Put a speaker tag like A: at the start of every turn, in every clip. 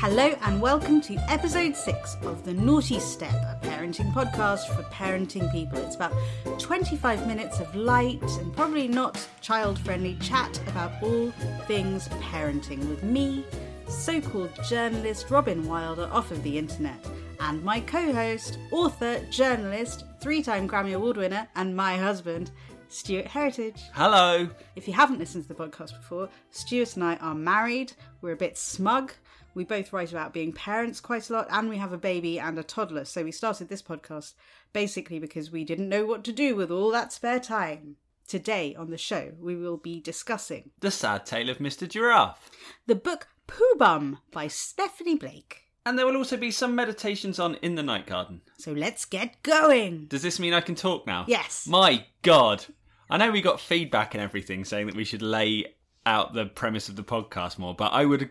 A: Hello and welcome to episode six of The Naughty Step, a parenting podcast for parenting people. It's about 25 minutes of light and probably not child friendly chat about all things parenting with me, so called journalist Robin Wilder off of the internet, and my co host, author, journalist, three time Grammy Award winner, and my husband, Stuart Heritage.
B: Hello.
A: If you haven't listened to the podcast before, Stuart and I are married. We're a bit smug. We both write about being parents quite a lot, and we have a baby and a toddler. So we started this podcast basically because we didn't know what to do with all that spare time. Today on the show, we will be discussing
B: The Sad Tale of Mr. Giraffe.
A: the book Pooh Bum by Stephanie Blake.
B: And there will also be some meditations on In the Night Garden.
A: So let's get going.
B: Does this mean I can talk now?
A: Yes.
B: My God. I know we got feedback and everything saying that we should lay out the premise of the podcast more, but I would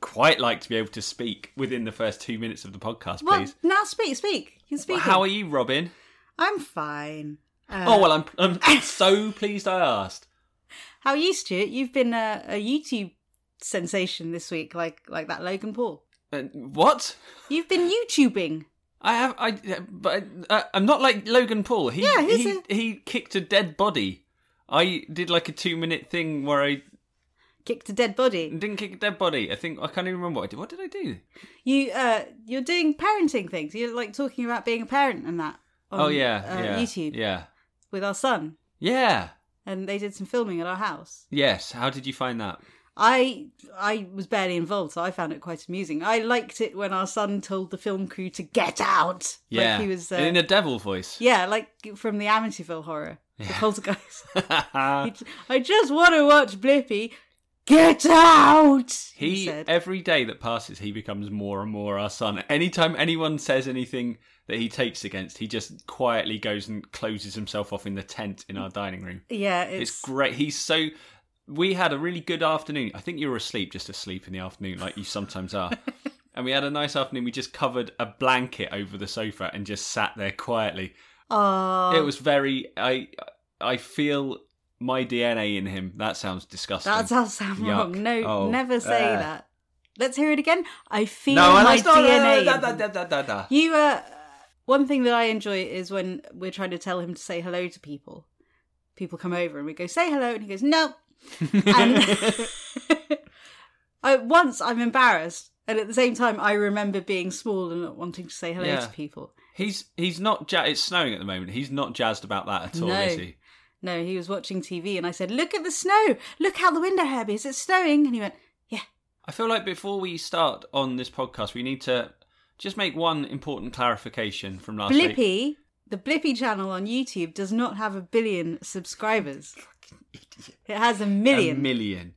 B: quite like to be able to speak within the first two minutes of the podcast,
A: Well,
B: please.
A: now speak, speak. You speak.
B: How are you, Robin?
A: I'm fine. Uh,
B: oh, well, I'm, I'm so pleased I asked.
A: How are you, Stuart? You've been a, a YouTube sensation this week, like like that Logan Paul.
B: Uh, what?
A: You've been YouTubing.
B: I have, I, but uh, I'm not like Logan Paul. He,
A: Yeah, he's
B: he, he kicked a dead body. I did like a two minute thing where I
A: Kicked a dead body.
B: didn't kick a dead body. I think I can't even remember what I did. What did I do?
A: You uh you're doing parenting things. You're like talking about being a parent and that. On,
B: oh yeah,
A: uh,
B: yeah,
A: YouTube
B: yeah,
A: with our son,
B: yeah.
A: and they did some filming at our house.
B: Yes. How did you find that?
A: I I was barely involved, so I found it quite amusing. I liked it when our son told the film crew to get out.
B: Yeah,
A: like he was. Uh,
B: in a devil voice.
A: yeah, like from the Amityville horror, the poltergeist.
B: Yeah.
A: I just want to watch Blippi. Get out! He,
B: he
A: said.
B: every day that passes, he becomes more and more our son. Anytime anyone says anything that he takes against, he just quietly goes and closes himself off in the tent in our dining room.
A: yeah,
B: e- It's,
A: it's,
B: great. He's so. We had a really good afternoon. I think you were asleep, just asleep in the afternoon, like you sometimes are. and we had a nice afternoon. We just covered a blanket over the sofa and just sat there quietly.
A: oh,
B: It was very. I I feel my DNA in him. That sounds disgusting.
A: that does sound
B: Yuck.
A: wrong. No,
B: Oh,
A: never say
B: uh.
A: that. Let's hear it again. I feel
B: no, and
A: my
B: that's not-
A: DNA.
B: da- da- da- da- da- da.
A: You, uh, one thing that I enjoy is when we're trying to tell him to say hello to people. People come over and we go, say hello, and he goes, no. And I, once I'm embarrassed, and at the same time, I remember being small and not wanting to say hello
B: Yeah.
A: to people.
B: He's he's not. Ja- it's snowing at the moment. He's not jazzed about that at all,
A: No.
B: is he?
A: No, he was watching TV, and I said, "Look at the snow! Look out the window, Herbie. Is it snowing?" And he went, "Yeah."
B: I feel like before we start on this podcast, we need to just make one important clarification from last week.
A: Blippy, the Blippy channel on YouTube does not have a billion subscribers. It has a million.
B: A million.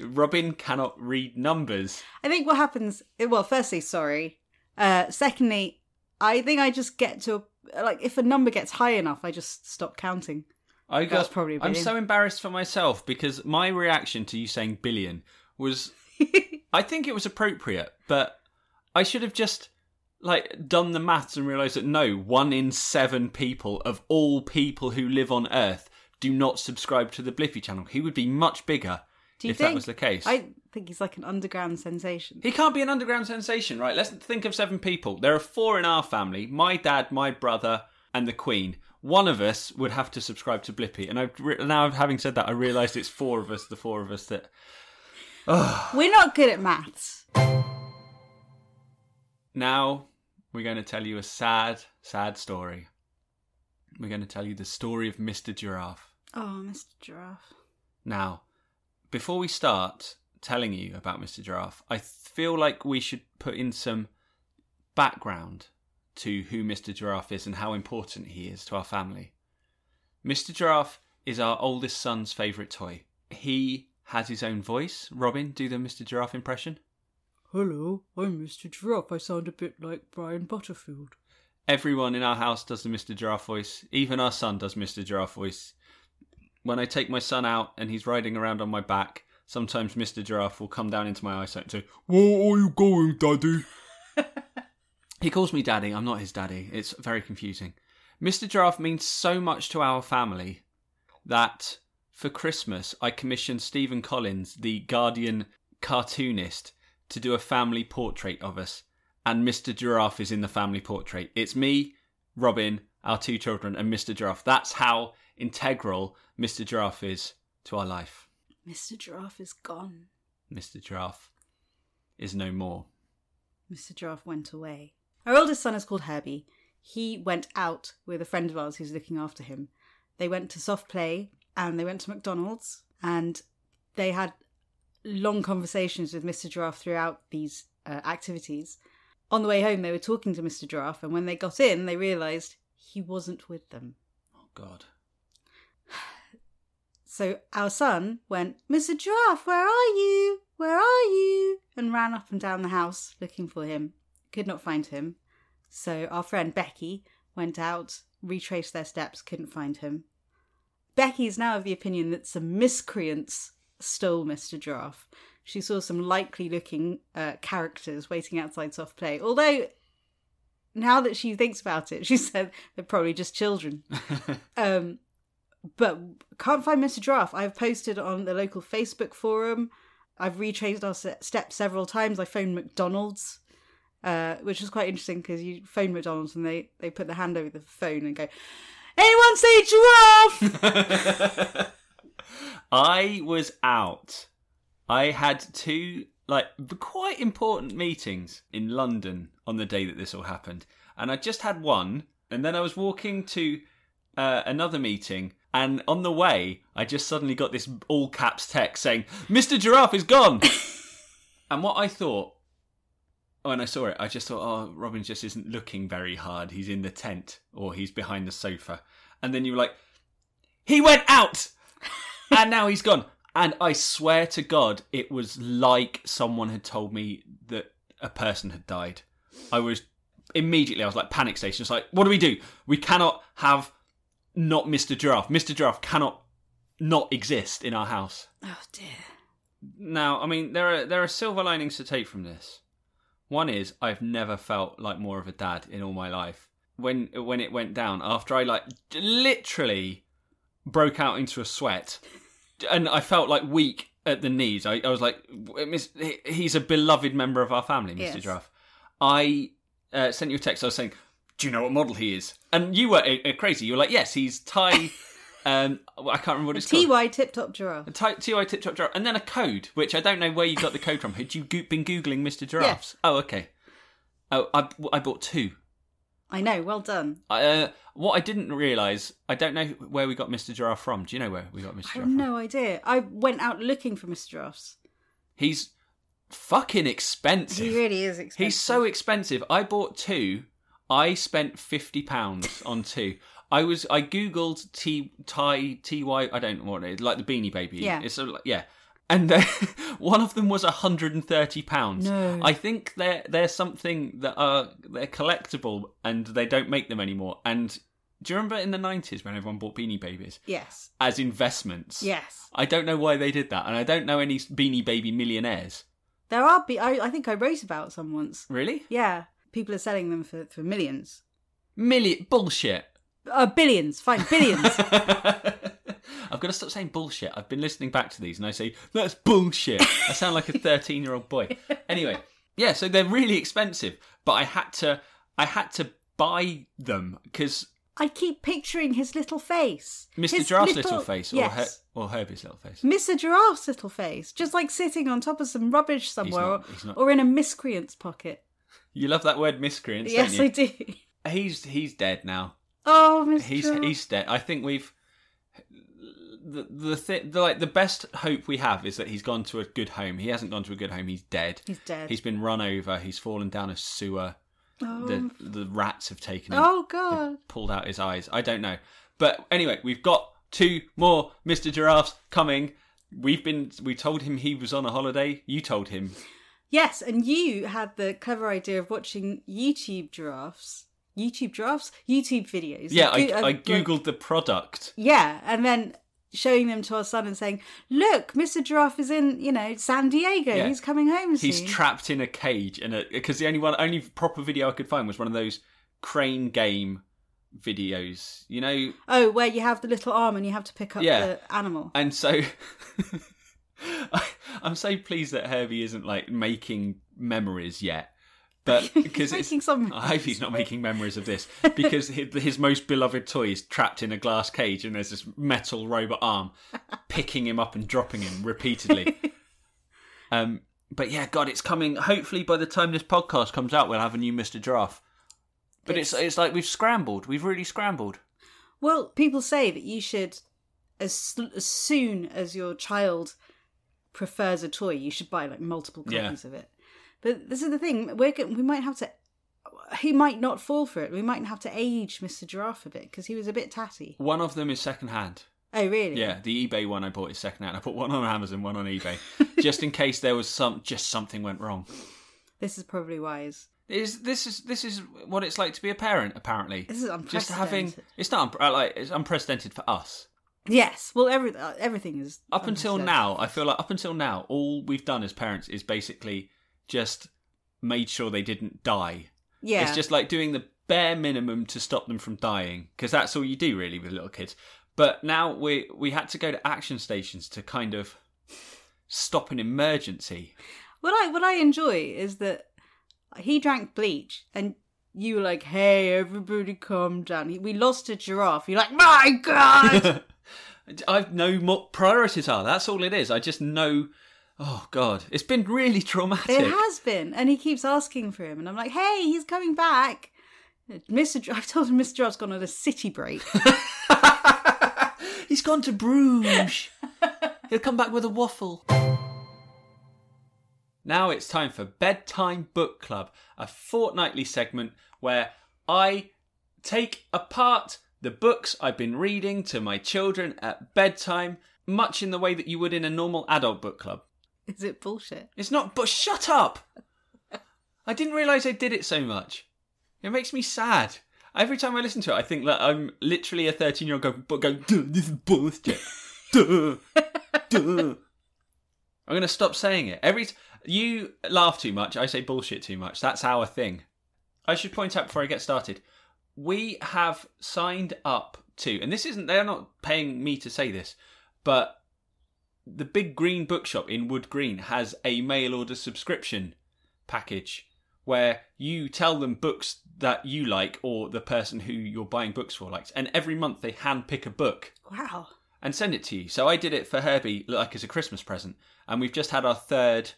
B: Robin cannot read numbers.
A: I think what happens. Well, firstly, sorry. Uh, secondly, I think I just get to a, like if a number gets high enough, I just stop counting.
B: I got,
A: That's probably a
B: I'm
A: billion.
B: so embarrassed for myself because my reaction to you saying billion was I think it was appropriate, but I should have just like done the maths and realized that no, one in seven people of all people who live on Earth do not subscribe to the Blippy channel. He would be much bigger
A: Do you
B: if
A: think
B: that was the case.
A: I think he's like an underground sensation.
B: He can't be an underground sensation, right? Let's think of seven people. There are four in our family my dad, my brother, and the Queen. One of us would have to subscribe to Blippy. And I've re- now, having said that, I realised it's four of us, the four of us that.
A: We're not good at maths.
B: Now, we're going to tell you a sad, sad story. We're going to tell you the story of Mr. Giraffe.
A: Oh, Mr. Giraffe.
B: Now, before we start telling you about Mr. Giraffe, I feel like we should put in some background to who Mr. Giraffe is and how important he is to our family. Mr. Giraffe is our oldest son's favourite toy. He has his own voice. Robin, do the Mr. Giraffe impression.
A: Hello, I'm Mr. Giraffe. I sound a bit like Brian Butterfield.
B: Everyone in our house does the Mr. Giraffe voice. Even our son does Mr. Giraffe voice. When I take my son out and he's riding around on my back, sometimes Mr. Giraffe will come down into my eyesight and say, Where are you going, Daddy? he calls me Daddy. I'm not his daddy. It's very confusing. Mr. Giraffe means so much to our family that for Christmas I commissioned Stephen Collins, the Guardian cartoonist, to do a family portrait of us, and Mr. Giraffe is in the family portrait. It's me, Robin, our two children, and Mr. Giraffe. That's how integral Mr. Giraffe is to our life.
A: Mr. Giraffe is gone.
B: Mr. Giraffe is no more.
A: Mr. Giraffe went away. Our oldest son is called Herbie. He went out with a friend of ours who's looking after him. They went to soft play and they went to McDonald's and they had long conversations with Mr. Giraffe throughout these uh, activities. On the way home, they were talking to Mr. Giraffe, and when they got in, they realised he wasn't with them.
B: Oh, God.
A: So our son went, Mr. Giraffe, where are you? Where are you? And ran up and down the house looking for him. Could not find him. So our friend Becky went out, retraced their steps, couldn't find him. Becky is now of the opinion that some miscreants stole Mr. Giraffe. She saw some likely looking uh, characters waiting outside soft play. Although, now that she thinks about it, she said they're probably just children. um, but can't find Mr. Giraffe. I've posted on the local Facebook forum. I've retraced our se- steps several times. I phoned McDonald's, uh, which was quite interesting because you phone McDonald's and they, they put their hand over the phone and go, Anyone see giraffe?
B: I was out. I had two like quite important meetings in London on the day that this all happened, and I just had one, and then I was walking to uh, another meeting, and on the way, I just suddenly got this all caps text saying, "Mr. Giraffe is gone," and what I thought. When I saw it, I just thought, oh, Robin just isn't looking very hard. He's in the tent or he's behind the sofa. And then you were like, he went out! and now he's gone. And I swear to God, it was like someone had told me that a person had died. I was immediately, I was like panic station. It's like, what do we do? We cannot have not Mr. Giraffe. Mr. Giraffe cannot not exist in our house.
A: oh dear.
B: Now, I mean, there are there are silver linings to take from this. One is I've never felt like more of a dad in all my life. When when it went down, after I like literally broke out into a sweat, and I felt like weak at the knees. I, I was like, "Miss- he- he's a beloved member of our family, Mr.
A: Yes.
B: Giraffe. I uh, sent you a text. I was saying, do you know what model he is? And you were uh, uh, crazy. You were like, yes, he's Thai. um, I can't remember what it's called.
A: TY Tip Top Giraffe.
B: Type TI tip top giraffe, and then a code, which I don't know where you got the code from. Had you go- been googling Mr. Giraffes? Oh, okay. Oh, I, I bought two.
A: I know, well done.
B: I, uh, what I didn't realise, I don't know where we got Mr. Giraffe from. Do you know where we got Mr.
A: I
B: Giraffe
A: have
B: from?
A: no idea. I went out looking for Mr. Giraffes.
B: He's fucking expensive.
A: He really is expensive.
B: He's so expensive. I bought two. I spent fifty pounds on two. I was I googled T Thai T Y. I don't know what it is like the Beanie Baby.
A: Yeah.
B: it's a, yeah. And uh, one of them was hundred and thirty pounds.
A: No.
B: I think they're they're something that are they're collectible and they don't make them anymore. And do you remember in the nineties when everyone bought Beanie Babies
A: Yes.
B: as investments?
A: Yes.
B: I don't know why they did that, and I don't know any Beanie Baby millionaires.
A: There are be I, I think I wrote about some once.
B: Really?
A: Yeah. People are selling them for, for millions.
B: Million bullshit.
A: Uh, billions, fine, billions.
B: I've got to stop saying bullshit. I've been listening back to these and I say, that's bullshit. I sound like a 13 year old boy. Anyway, yeah, so they're really expensive, but I had to, I had to buy them because
A: I keep picturing his little face.
B: Mr.
A: His
B: Giraffe's little, face or,
A: yes.
B: Her- or Herbie's little face.
A: Mr. Giraffe's little face, just like sitting on top of some rubbish somewhere
B: not-
A: or,
B: he's not-
A: or in a miscreant's pocket.
B: You love that word miscreants,
A: yes, I
B: don't
A: do.
B: you? He's, he's dead now.
A: Oh, Mr.
B: he's
A: Giraffe.
B: he's dead. I think we've the the, thi- the like the best hope we have is that he's gone to a good home. He hasn't gone to a good home. He's dead.
A: He's dead.
B: He's been run over. He's fallen down a sewer.
A: oh.
B: The the rats have taken him,
A: oh, God.
B: pulled out his eyes. I don't know. But anyway, we've got two more Mr. Giraffes coming. We've been we told him he was on a holiday. You told him.
A: Yes, and you had the clever idea of watching YouTube giraffes, YouTube giraffes, YouTube videos.
B: Yeah, I,
A: You go-
B: I
A: of, uh, like-
B: googled the product.
A: yeah, and then showing them to our son and saying, "Look, Mr. Giraffe is in, you know, San Diego.
B: Yeah.
A: He's coming home soon."
B: He's trapped in a cage, and because the only one, only proper video I could find was one of those crane game videos, you know.
A: oh, where you have the little arm and you have to pick up
B: Yeah.
A: the animal.
B: And so, I, I'm so pleased that Herbie isn't like making memories yet. But because it's,
A: making some
B: I hope he's not making memories of this because hi- his most beloved toy is trapped in a glass cage and there's this metal robot arm picking him up and dropping him repeatedly. um, but yeah, God, it's coming. Hopefully, by the time this podcast comes out, we'll have a new Mr. Giraffe. But it's it's like we've scrambled. We've really scrambled.
A: Well, people say that you should, as, as soon as your child prefers a toy, you should buy like multiple
B: Yeah.
A: copies of it. But this is the thing: we're go- we might have to. He might not fall for it. We might have to age Mr. Giraffe a bit because he was a bit tatty.
B: One of them is secondhand.
A: Oh, really?
B: Yeah, the eBay one I bought is secondhand. I put one on Amazon, one on eBay, just in case there was some just something went wrong.
A: This is probably wise.
B: Is this is this is what it's like to be a parent? Apparently,
A: This is
B: just having
A: unprecedented.
B: it's not unpre- like it's unprecedented for us.
A: Yes. Well, every, uh, everything is
B: Up until
A: unprecedented.
B: now, I feel like up until now, all we've done as parents is basically just made sure they didn't die.
A: Yeah.
B: It's just like doing the bare minimum to stop them from dying, because that's all you do really with little kids. But now we we had to go to action stations to kind of stop an emergency.
A: What I what I enjoy is that he drank bleach and you were like, "Hey, everybody, calm down." He- We lost a giraffe. You're like, "My God!"
B: I know what priorities are. That's all it is. I just know. Oh God, it's been really traumatic.
A: it has been, and he keeps asking for him, and I'm like, "Hey, he's coming back." Mr. Gi- I've told him Mr. Giraffe's gone on a city break.
B: He's gone to Bruges. He'll come back with a waffle. Now it's time for Bedtime Book Club, a fortnightly segment where I take apart the books I've been reading to my children at bedtime, much in the way that you would in a normal adult book club.
A: is it bullshit?
B: It's not, but shut up! I didn't realise I did it so much. It makes me sad. Every time I listen to it, I think that I'm literally a 13 year old going, but going, "Duh, this is bullshit. Duh, duh. I'm going to stop saying it. Every t- You laugh too much, I say bullshit too much. That's our thing. I should point out before I get started, we have signed up to, and this isn't, they're not paying me to say this, but the big green bookshop in wood green has a mail order subscription package where you tell them books that you like or the person who you're buying books for likes and every month they hand pick a book
A: Wow.
B: and send it to you so i did it for herbie like as a christmas present and we've just had our third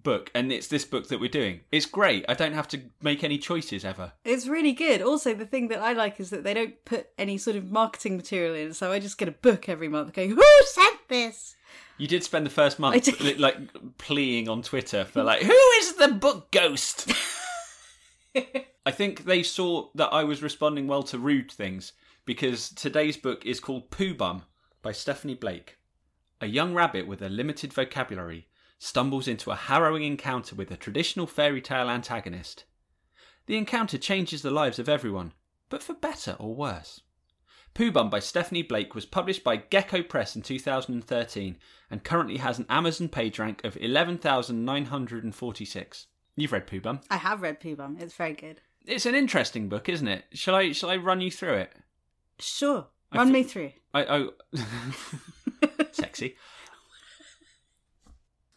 B: book and it's this book that we're doing it's great i don't have to make any choices ever
A: It's really good. Also, the thing that I like is that they don't put any sort of marketing material in, so I just get a book every month going, Who sent this?
B: you did spend the first
A: I
B: month
A: did.
B: li- like pleading on twitter for like who is the book ghost I think they saw that I was responding well to rude things because today's book is called Pooh Bum by Stephanie Blake. A young rabbit with a limited vocabulary stumbles into a harrowing encounter with a traditional fairy tale antagonist. The encounter changes the lives of everyone, but for better or worse. Pooh Bum by Stephanie Blake was published by Gecko Press in 2013 and currently has an Amazon page rank of 11,946. You've read Pooh Bum
A: I have read Pooh Bum. It's very good.
B: it's an interesting book, isn't it? Shall I shall I run you through it?
A: Sure.
B: I
A: Run
B: fe-
A: me through.
B: I oh sexy.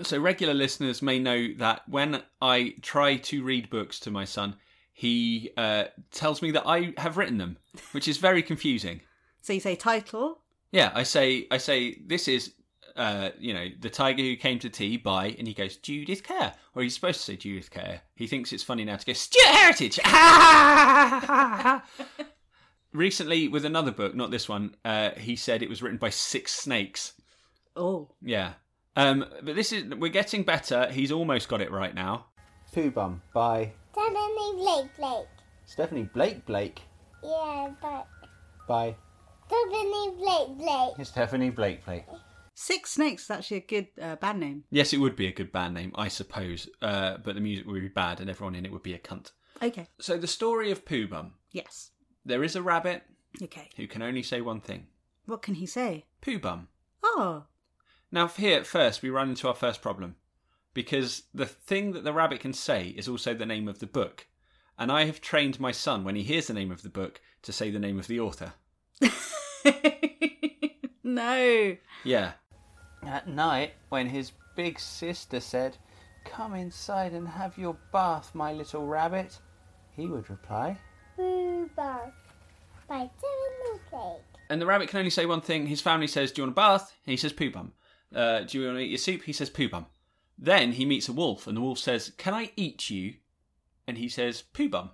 B: So regular listeners may know that when I try to read books to my son, he uh, tells me that I have written them, which is very confusing.
A: So you say title,
B: Yeah, I say I say this is uh, you know, the tiger who came to tea by and he goes, Judith Kerr. Or he's supposed to say Judith Kerr. He thinks it's funny now to go, Stuart Heritage! Recently, with another book, not this one, uh, he said it was written by six snakes.
A: Oh,
B: Yeah. Um, but this is, we're getting better. He's almost got it right now. Pooh Bum by
C: Stephanie Blake Blake.
B: Stephanie Blake Blake
C: Yeah, but
B: by
C: Stephanie Blake Blake.
B: Stephanie Blake Blake.
A: Six Snakes is actually a good uh, band name.
B: Yes, it would be a good band name, I suppose, uh, but the music would be bad and everyone in it would be a cunt.
A: Okay.
B: So, the story of Pooh Bum.
A: Yes.
B: There is a rabbit
A: Okay.
B: who can only say one thing
A: What can he say?
B: Pooh Bum.
A: Oh,
B: Now, here at first, we run into our first problem because the thing that the rabbit can say is also the name of the book. And I have trained my son, when he hears the name of the book, to say the name of the author.
A: no.
B: Yeah. At night, when his
D: big sister said, Come inside and have your bath, my little rabbit, he would reply,
C: Hmm, Rhubarb by Devin Blake.
B: And the rabbit can only say one thing. His family says, "Do you want a bath?" And he says, "Poo bum." Uh, "Do you want to eat your soup?" He says, "Poo bum." Then he meets a wolf, and the wolf says, "Can I eat you?" And he says, "Poo bum."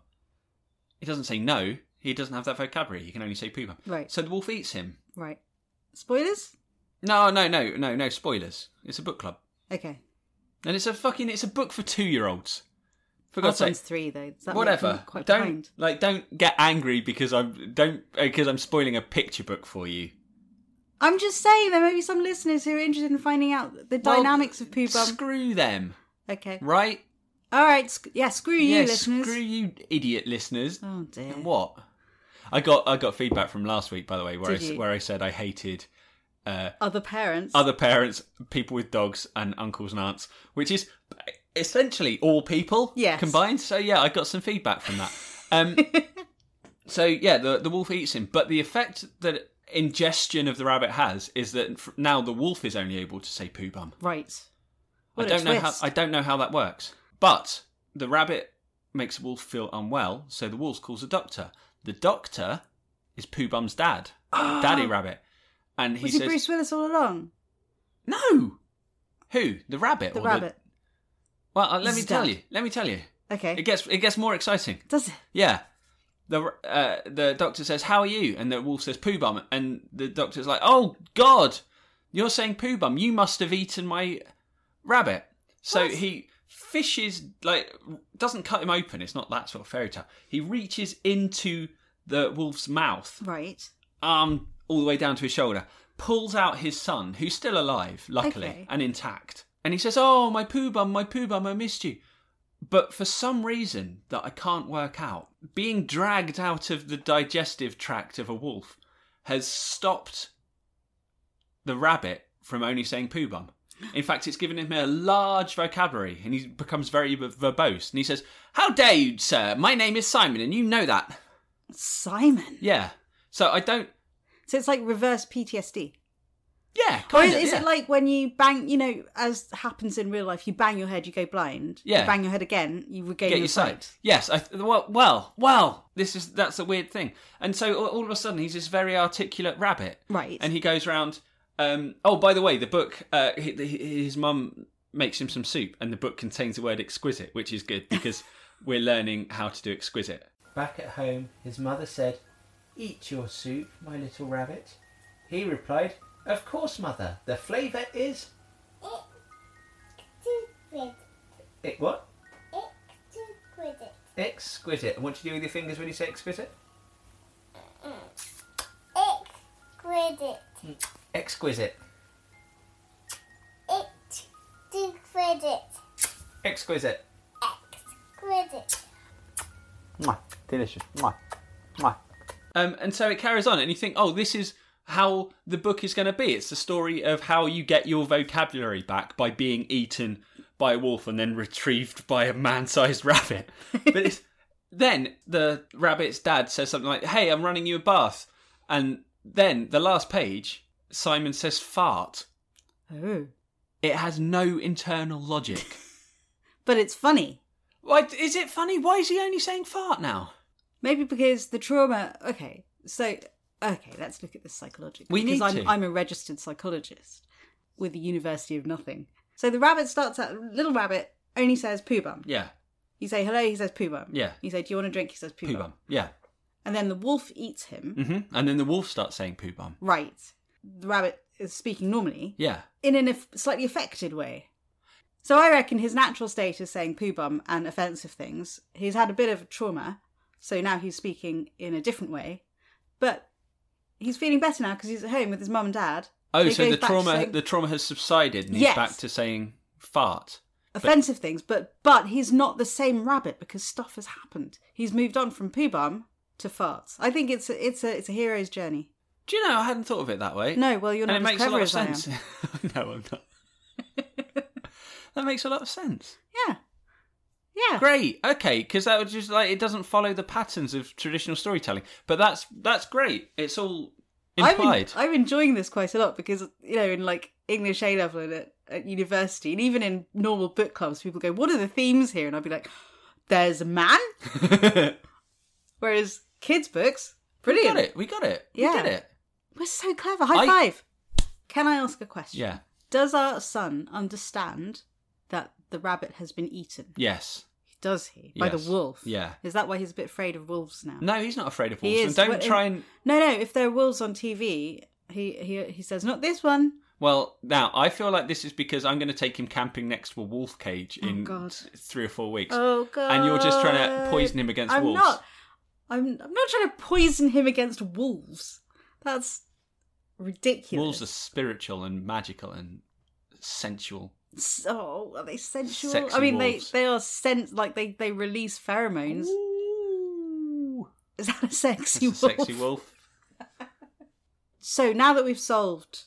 B: He doesn't say no. He doesn't have that vocabulary. He can only say poo bum.
A: Right.
B: So the wolf eats him.
A: Right. Spoilers?
B: No, no, no, no, no. Spoilers. It's a book club,
A: Okay.
B: and it's a fucking. It's a book for two-year-olds. For
A: Last
B: God's sake.
A: one's three, though. Does that make
B: Whatever.
A: them Quite
B: don't
A: kind?
B: like. Don't get angry because I'm don't because I'm spoiling a picture book for you.
A: I'm just saying there may be some listeners who are interested in finding out the
B: Well,
A: dynamics of poo bum.
B: Screw them.
A: Okay.
B: Right.
A: All right. Sc- yeah, screw you,
B: yeah,
A: listeners.
B: screw you, idiot listeners.
A: Oh, dear.
B: And what? I got I got feedback from last week, by the way, where I,
A: Did
B: s-
A: you?
B: where I said I hated
A: Other parents.
B: other parents, people with dogs, and uncles and aunts, which is essentially all people
A: Yes.
B: combined. So yeah, I got some feedback from that. Um, so yeah, the the wolf eats him, but the effect that ingestion of the rabbit has is that f- now the wolf is only able to say poo bum.
A: Right.
B: I
A: What a
B: don't know how
A: twist.
B: I don't know how that works. But the rabbit makes the wolf feel unwell, so the wolf calls a doctor. The doctor is Pooh Bum's dad, Daddy Rabbit, and he
A: Was
B: says,
A: it Bruce Willis all along?
B: "No, who? The rabbit?
A: The
B: or
A: rabbit.
B: Well, uh, let
A: His
B: me tell
A: dad.
B: you. Let me tell you.
A: Okay.
B: It gets it gets more exciting.
A: Does it?
B: Yeah." The r- uh, the doctor says, "How are you?" And the wolf says, "Pooh Bum." And the doctor's like, "Oh God, you're saying Pooh Bum? You must have eaten my rabbit. So he fishes, like, doesn't cut him open. It's not that sort of fairy tale. He reaches into the wolf's mouth,
A: Right.
B: arm all the way down to his shoulder, pulls out his son, who's still alive, luckily,
A: Okay.
B: and intact. And he says, Oh, my poo bum, my poo bum, I missed you. But for some reason that I can't work out, being dragged out of the digestive tract of a wolf has stopped the rabbit from only saying poo bum. In fact, it's given him a large vocabulary and he becomes very v- verbose. And he says, How dare you, sir? My name is Simon and you know that.
A: Simon.
B: Yeah. So I don't.
A: So it's like reverse PTSD.
B: Yeah.
A: Or
B: Kind
A: is,
B: of,
A: is
B: yeah.
A: it like when you bang, you know, as happens in real life, you bang your head, you go blind.
B: Yeah.
A: You bang your head again, you regain
B: get
A: your
B: your sight.
A: sight.
B: Yes, I th- well, well, well. This is that's a weird thing. And so all- all of a sudden, he's this very articulate rabbit,
A: Right.
B: and he goes round. Um, oh, by the way, the book. Uh, hi- hi- his mum makes him some soup, and the book contains the word exquisite, which is good because we're learning how to do exquisite.
D: Back at home, his mother said, Eat your soup, my little rabbit. He replied, Of course, mother. The flavour is.
C: Exquisite.
D: It what?
C: Exquisite.
D: Exquisite. And what do you do with your fingers when you say exquisite?
C: Exquisite.
D: Exquisite.
C: Exquisite.
D: Exquisite.
C: Exquisite.
D: Mwah. Delicious. Mwah. Mwah.
B: Um, and so it carries on, and you think, oh, this is how the book is going to be. It's the story of how you get your vocabulary back by being eaten by a wolf and then retrieved by a man-sized rabbit. But it's, then the rabbit's dad says something like, "Hey, I'm running you a bath," and then the last page, Simon says, "Fart."
A: Oh.
B: It has no internal logic.
A: But it's funny.
B: Why is it funny? Why is he only saying fart now?
A: Maybe because the trauma. Okay, so okay, let's look at this psychologically.
B: We need
A: because I'm,
B: to.
A: I'm a registered psychologist with the University of Nothing. So the rabbit starts out. Little rabbit only says poo bum.
B: Yeah,
A: You say hello. He says poo bum.
B: Yeah.
A: You say do you want a drink? He says poo
B: poo bum.
A: bum.
B: Yeah,
A: And then the wolf eats him.
B: hmm and then the wolf starts saying poo bum.
A: Right. The rabbit is speaking normally
B: Yeah.
A: in an aff- slightly affected way. So I reckon his natural state is saying poo bum and offensive things. He's had a bit of trauma, so now he's speaking in a different way. But he's feeling better now because he's at home with his mum and dad.
B: Oh,
A: he
B: so
A: goes
B: the
A: back to
B: trauma
A: saying
B: the trauma has subsided and he's
A: Yes.
B: back to saying fart.
A: offensive things, but but he's not the same rabbit because stuff has happened. He's moved on from poo bum to farts. I think it's a, it's a it's a hero's journey.
B: Do you know I hadn't thought of it that way?
A: No, well, you're
B: and it
A: not as
B: makes a
A: clever
B: lot of
A: as I am.
B: sense. no, I'm not. that makes a lot of sense.
A: Yeah, yeah.
B: Great. Okay, because that was just like it doesn't follow the patterns of traditional storytelling. But that's that's great. It's all
A: I'm en-
B: implied.
A: I'm, enjoying this quite a lot because you know, in like English A level and at, at university, and even in normal book clubs, people go, What are the themes here? And I'd be like, There's a man. Whereas kids' books,
B: we
A: brilliant.
B: got it. We got it.
A: Yeah.
B: We did it.
A: We're so clever. High
B: I-
A: five. Can I ask a question?
B: Yeah.
A: Does our son understand that the rabbit has been eaten?
B: Yes.
A: Does he? By
B: Yes.
A: the wolf.
B: Yeah.
A: Is that why he's a bit afraid of wolves now?
B: No, he's not afraid of
A: He
B: wolves.
A: is,
B: and don't
A: but in-
B: try and.
A: No, no. If there are wolves on TV, he he he says not this one.
B: Well, now I feel like this is because I'm going to take him camping next to a wolf cage
A: Oh,
B: in
A: God.
B: th- three or four weeks,
A: Oh god!
B: and you're just trying to poison him against
A: I'm
B: wolves.
A: not. I'm I'm not trying to poison him against wolves. That's ridiculous.
B: Wolves are spiritual and magical and sensual.
A: S- oh, are they sensual?
B: Sexy
A: I mean,
B: wolves.
A: they they are sent like they they release pheromones.
B: Ooh.
A: Is that a sexy
B: That's a
A: wolf?
B: sexy wolf.
A: So now that we've solved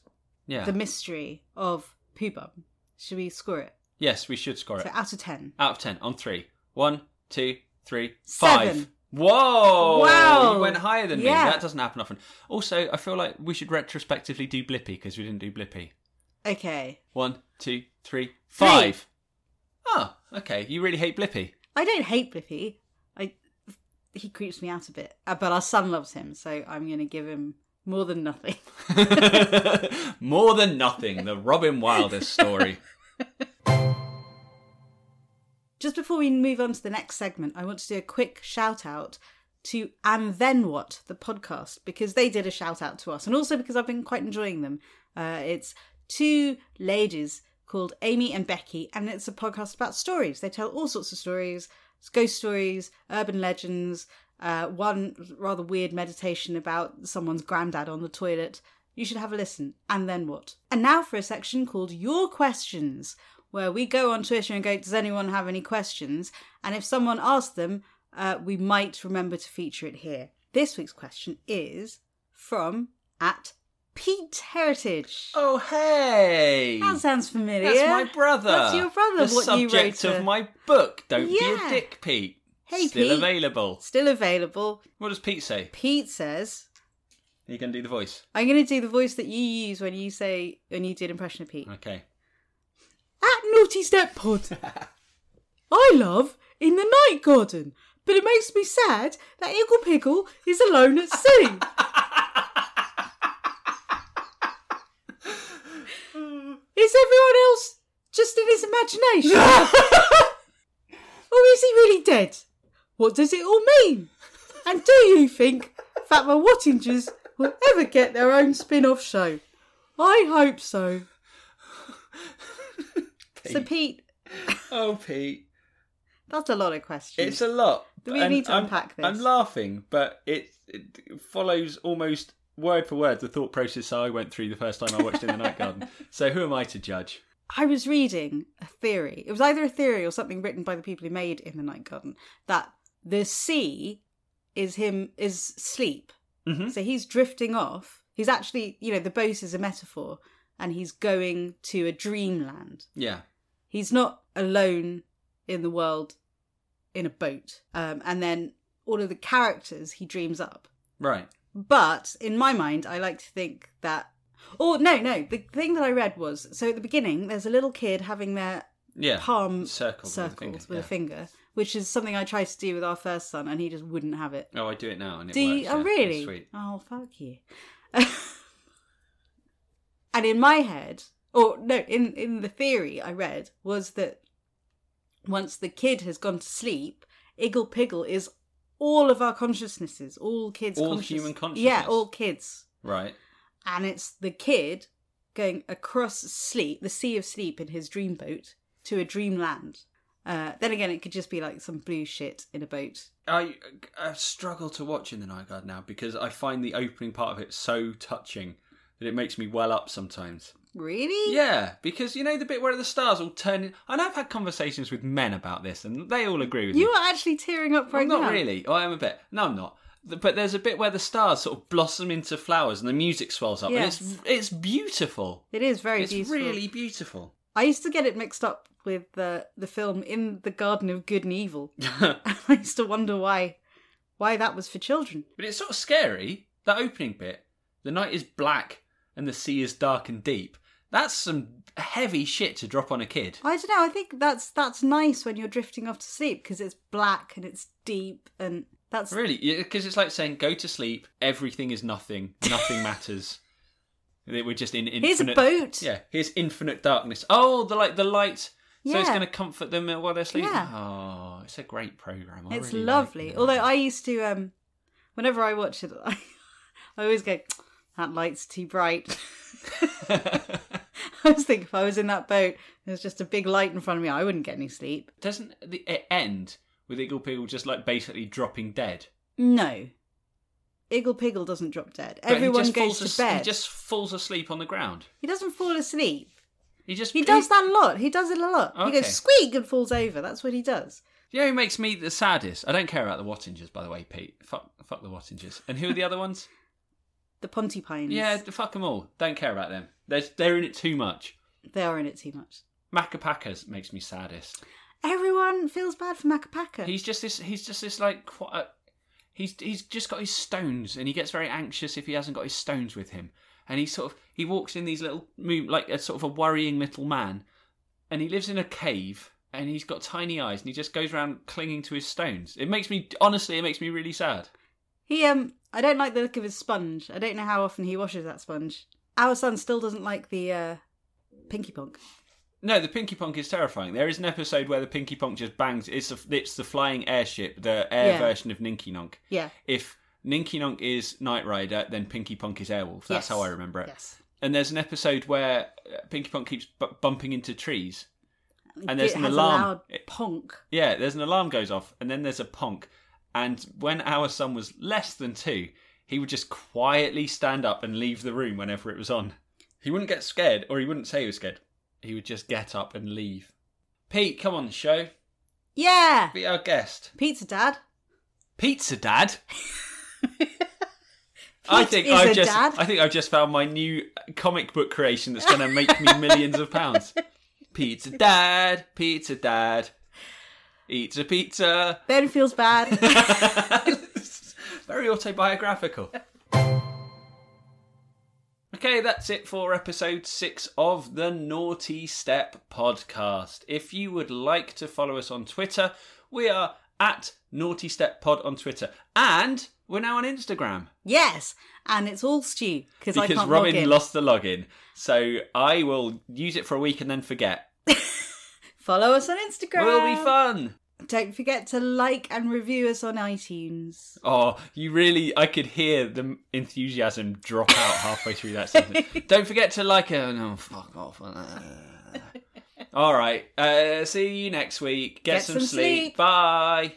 B: Yeah.
A: the mystery of poo bum, should we score it?
B: Yes, we should score it.
A: So out of ten.
B: Out of ten on three. One, two, three, five.
A: Seven.
B: Whoa!
A: Wow.
B: You went higher than
A: Yeah.
B: me. That doesn't happen often. Also, I feel like we should retrospectively do Blippy because we didn't do Blippy.
A: Okay.
B: One, two, three, five. Oh, okay. You really hate Blippy.
A: I don't hate Blippi. I he creeps me out a bit, uh, but our son loves him, so I'm going to give him more than nothing.
B: More than nothing. The Robin Wilder story.
A: Just before we move on to the next segment, I want to do a quick shout out to And Then What, the podcast, because they did a shout out to us, and also because I've been quite enjoying them. Uh, it's two ladies called Amy and Becky, and it's a podcast about stories. They tell all sorts of stories ghost stories, urban legends, uh, one rather weird meditation about someone's granddad on the toilet. You should have a listen. And then what? And now for a section called Your Questions, where we go on Twitter and go, Does anyone have any questions? And if someone asks them, uh, we might remember to feature it here. This week's question is from at Pete Heritage.
B: oh, hey.
A: That sounds familiar.
B: That's my brother.
A: That's your brother.
B: The
A: what
B: subject
A: you wrote uh, to-
B: of my book. Don't be
A: Yeah.
B: a dick, Pete.
A: Hey,
B: Still
A: Pete.
B: available.
A: Still available.
B: What does Pete say?
A: Pete says,
B: You can do the voice.
A: I'm going to do the voice that you use when you say when you do an impression of Pete.
B: Okay.
A: At Naughty Step Pod, I love in the night garden, but it makes me sad that Iggle Piggle is alone at sea. is everyone else just in his imagination, or is he really dead? What does it all mean? And do you think Fatma Wattingers will ever get their own spin-off show? I hope so. So Pete,
B: Oh, Pete.
A: that's a lot of questions.
B: It's a lot.
A: We need to
B: I'm-
A: unpack this.
B: I'm laughing, but it, it follows almost word for word the thought process I went through the first time I watched In the Night Garden. So who am I to judge?
A: I was reading a theory. It was either a theory or something written by the people who made In the Night Garden that the sea is him is sleep.
B: Mhm.
A: So he's drifting off. He's actually, you know, the boat is a metaphor and he's going to a dreamland.
B: Yeah.
A: He's not alone in the world in a boat. Um, and then all of the characters he dreams up
B: Right.
A: but in my mind, I like to think that. Oh no, no! The thing that I read was so at the beginning. There's a little kid having their
B: Yeah.
A: palm
B: Circled with a
A: circled
B: finger,
A: with a
B: yeah.
A: finger, which is something I tried to do with our first son, and he just wouldn't have it.
B: Oh, I do it now, and it
A: do
B: works.
A: you? Oh
B: yeah.
A: really?
B: It's sweet.
A: Oh fuck you! and in my head, or no, in in the theory I read was that once the kid has gone to sleep, Iggle Piggle is all of our consciousnesses, all kids,
B: All
A: conscious-
B: human
A: yeah,
B: consciousness.
A: all kids
B: Right.
A: and it's the kid going across sleep, the sea of sleep in his dream boat to a dreamland. Uh, then again, it could just be like some blue shit in a boat.
B: I, I struggle to watch in the night guard now because I find the opening part of it so touching that it makes me well up sometimes.
A: Really?
B: Yeah, because you know the bit where the stars all turn. in- And I've had conversations with men about this, and they all agree with me.
A: You are actually tearing up right
B: I'm not
A: now.
B: really. Oh, I am a bit. No, I'm not. The- But there's a bit where the stars sort of blossom into flowers, and the music swells up, and
A: Yes.
B: it's it's beautiful.
A: It is very
B: it's
A: beautiful.
B: really beautiful.
A: I used to get it mixed up with the the film In the Garden of Good and Evil. I used to wonder why why that was for children.
B: But it's sort of scary, that opening bit. The night is black and the sea is dark and deep. That's some heavy shit to drop on a kid.
A: I don't know. I think that's that's nice when you're drifting off to sleep because it's black and it's deep and that's
B: Really, because it's like saying, go to sleep, everything is nothing, nothing matters. That We're just in infinite.
A: here's a boat.
B: Yeah, here's infinite darkness. Oh, the like the light. So it's
A: Yeah.
B: going to comfort them while they're sleeping.
A: Yeah.
B: Oh, it's a great program. I
A: it's
B: really like
A: lovely.
B: it.
A: Although I used to, um, whenever I watch it, I, I always go, "That light's too bright." I was thinking if I was in that boat, there's just a big light in front of me, I wouldn't get any sleep.
B: doesn't the, it end with Eagle Piggle just like basically dropping dead?
A: No, Iggle Piggle doesn't drop dead.
B: But he
A: Everyone
B: just
A: goes
B: falls
A: to
B: as-
A: bed.
B: He just falls asleep on the ground.
A: He doesn't fall asleep.
B: He just
A: He does that a lot. He does it a lot. He
B: Okay.
A: goes squeak and falls over. That's what he does.
B: You know who makes me the saddest? I don't care about the Wattingers, by the way, Pete. Fuck, fuck the Wattingers. And who are the other ones?
A: The Pontypines.
B: Yeah, d- fuck them all. Don't care about them. They're, they're in it too much.
A: They are in it too much.
B: Macapaca's makes me saddest.
A: Everyone feels bad for Macapaca.
B: He's just this. He's just this like. Quite a, he's he's just got his stones, and he gets very anxious if he hasn't got his stones with him. And he sort of he walks in these little move like a sort of a worrying little man, and he lives in a cave, and he's got tiny eyes, and he just goes around clinging to his stones. It makes me honestly, it makes me really sad.
A: He um I don't like the look of his sponge. I don't know how often he washes that sponge. Our son still doesn't like the uh Pinky Ponk.
B: No, the Pinky Punk is terrifying. There is an episode where the Pinky Punk just bangs. It's the it's the flying airship, the air
A: Yeah.
B: version of Ninky Nonk.
A: Yeah.
B: If Ninky Nonk is Knight Rider, then Pinky Punk is Airwolf. That's
A: Yes.
B: how I remember it.
A: Yes.
B: And there's an episode where uh, Pinky Punk keeps bu- bumping into trees. And there's
A: it
B: an
A: has
B: alarm.
A: a loud
B: It-
A: ponk.
B: Yeah, there's an alarm goes off, and then there's a ponk. And when our son was less than two, he would just quietly stand up and leave the room whenever it was on. He wouldn't get scared, or he wouldn't say he was scared. He would just get up and leave. Pete, come on the show.
A: Yeah.
B: Be our guest.
A: Pizza Dad.
B: Pizza Dad. I
A: Pete
B: think
A: is
B: I've
A: a
B: just
A: dad.
B: I think I've just found my new comic book creation that's going to make me millions of pounds. Pizza Dad, Pizza Dad, eats a pizza.
A: Ben feels bad.
B: Very autobiographical. Okay, that's it for episode six of the Naughty Step podcast. If you would like to follow us on Twitter, we are at Naughty Step Pod on Twitter, and we're now on Instagram
A: yes. And it's all stew because I
B: because
A: can't
B: Robin
A: log in.
B: lost the login. So I will use it for a week and then forget.
A: Follow us on Instagram.
B: Will be fun.
A: Don't forget to like and review us on iTunes.
B: Oh, you really, I could hear the enthusiasm drop out halfway through that sentence. Don't forget to like it. No, fuck off. All right. Uh, see you next week. Get,
A: Get
B: some,
A: some sleep.
B: sleep. Bye.